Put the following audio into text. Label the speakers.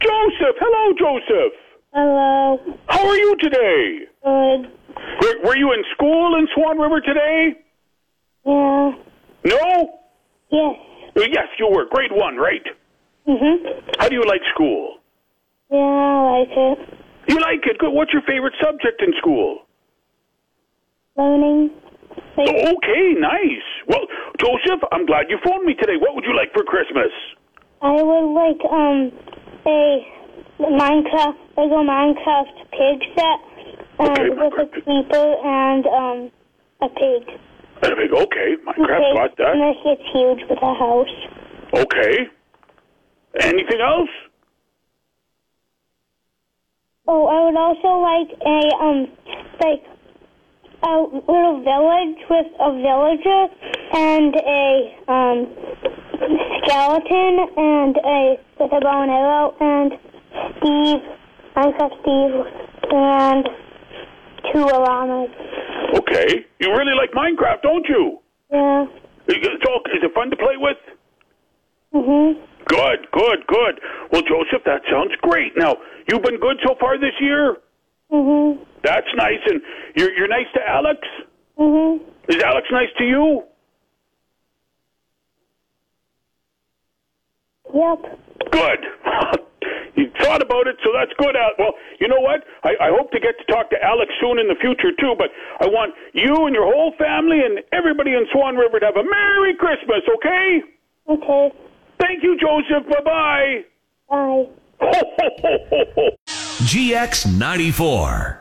Speaker 1: Joseph. Hello, Joseph.
Speaker 2: Hello.
Speaker 1: How are you today?
Speaker 2: Good.
Speaker 1: Were, were you in school in Swan River today?
Speaker 2: Yeah.
Speaker 1: No?
Speaker 2: Yes.
Speaker 1: Yes, you were. Grade one, right?
Speaker 2: Mhm.
Speaker 1: How do you like school?
Speaker 2: Yeah, I like it.
Speaker 1: You like it. Good. What's your favorite subject in school?
Speaker 2: Learning. Like,
Speaker 1: Okay, nice. Well, Joseph, I'm glad you phoned me today. What would you like for Christmas?
Speaker 2: I would like um a Minecraft Lego Minecraft pig set um,
Speaker 1: Okay,
Speaker 2: with a
Speaker 1: Minecraft.
Speaker 2: creeper and um a pig.
Speaker 1: Okay, Minecraft got
Speaker 2: And
Speaker 1: that.
Speaker 2: this gets huge with a house.
Speaker 1: Okay. Anything else?
Speaker 2: Oh, I would also like a um like a little village with a villager and a um skeleton and a with a bow and arrow and Steve Minecraft Steve and two llamas.
Speaker 1: Okay. You really like Minecraft, don't you?
Speaker 2: Yeah.
Speaker 1: It's all, is it fun to play with?
Speaker 2: Mhm.
Speaker 1: Good, good, good. Well, Joseph, that sounds great. Now, you've been good so far this year?
Speaker 2: Mhm.
Speaker 1: That's nice. And you're, you're nice to Alex?
Speaker 2: Mhm.
Speaker 1: Is Alex nice to you?
Speaker 2: Yep.
Speaker 1: Good. you thought about it, so that's good. Al- Well, you know what? I, I hope to get to talk to Alex soon in the future, too, but I want you and your whole family and everybody in Swan River to have a Merry Christmas, okay?
Speaker 2: Okay.
Speaker 1: Thank you, Joseph. Bye bye.
Speaker 2: Bye.
Speaker 1: Ho, ho, ho, ho, ho.
Speaker 3: GX94.